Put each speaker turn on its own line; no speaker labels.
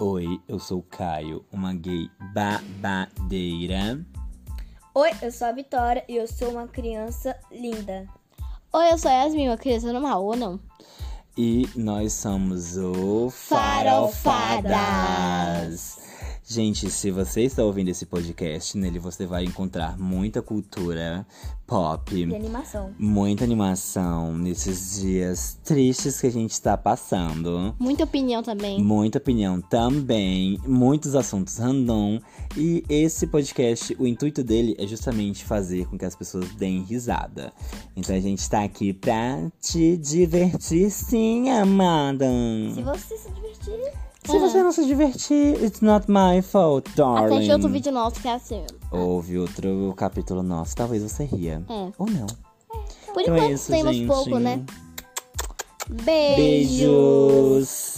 Oi, eu sou o Caio, uma gay babadeira.
Oi, eu sou a Vitória e eu sou uma criança linda.
Oi, eu sou a Yasmin, uma criança normal, ou não?
E nós somos o
Farofadas.
Farofadas. Gente, se você está ouvindo esse podcast, nele você vai encontrar muita cultura pop,
De animação.
muita animação nesses dias tristes que a gente está passando.
Muita opinião também.
Muita opinião também, muitos assuntos random. E esse podcast, o intuito dele é justamente fazer com que as pessoas deem risada. Então a gente tá aqui pra te divertir, sim, amada.
Se você se divertir,
É.
Se você não se divertir, it's not my fault, darling.
Assiste outro vídeo nosso que é assim.
Houve outro capítulo nosso, talvez você ria.
É.
Ou não.
Por
Então é
enquanto
isso,
temos né?
gente.
pouco, né? Beijos.
Beijos.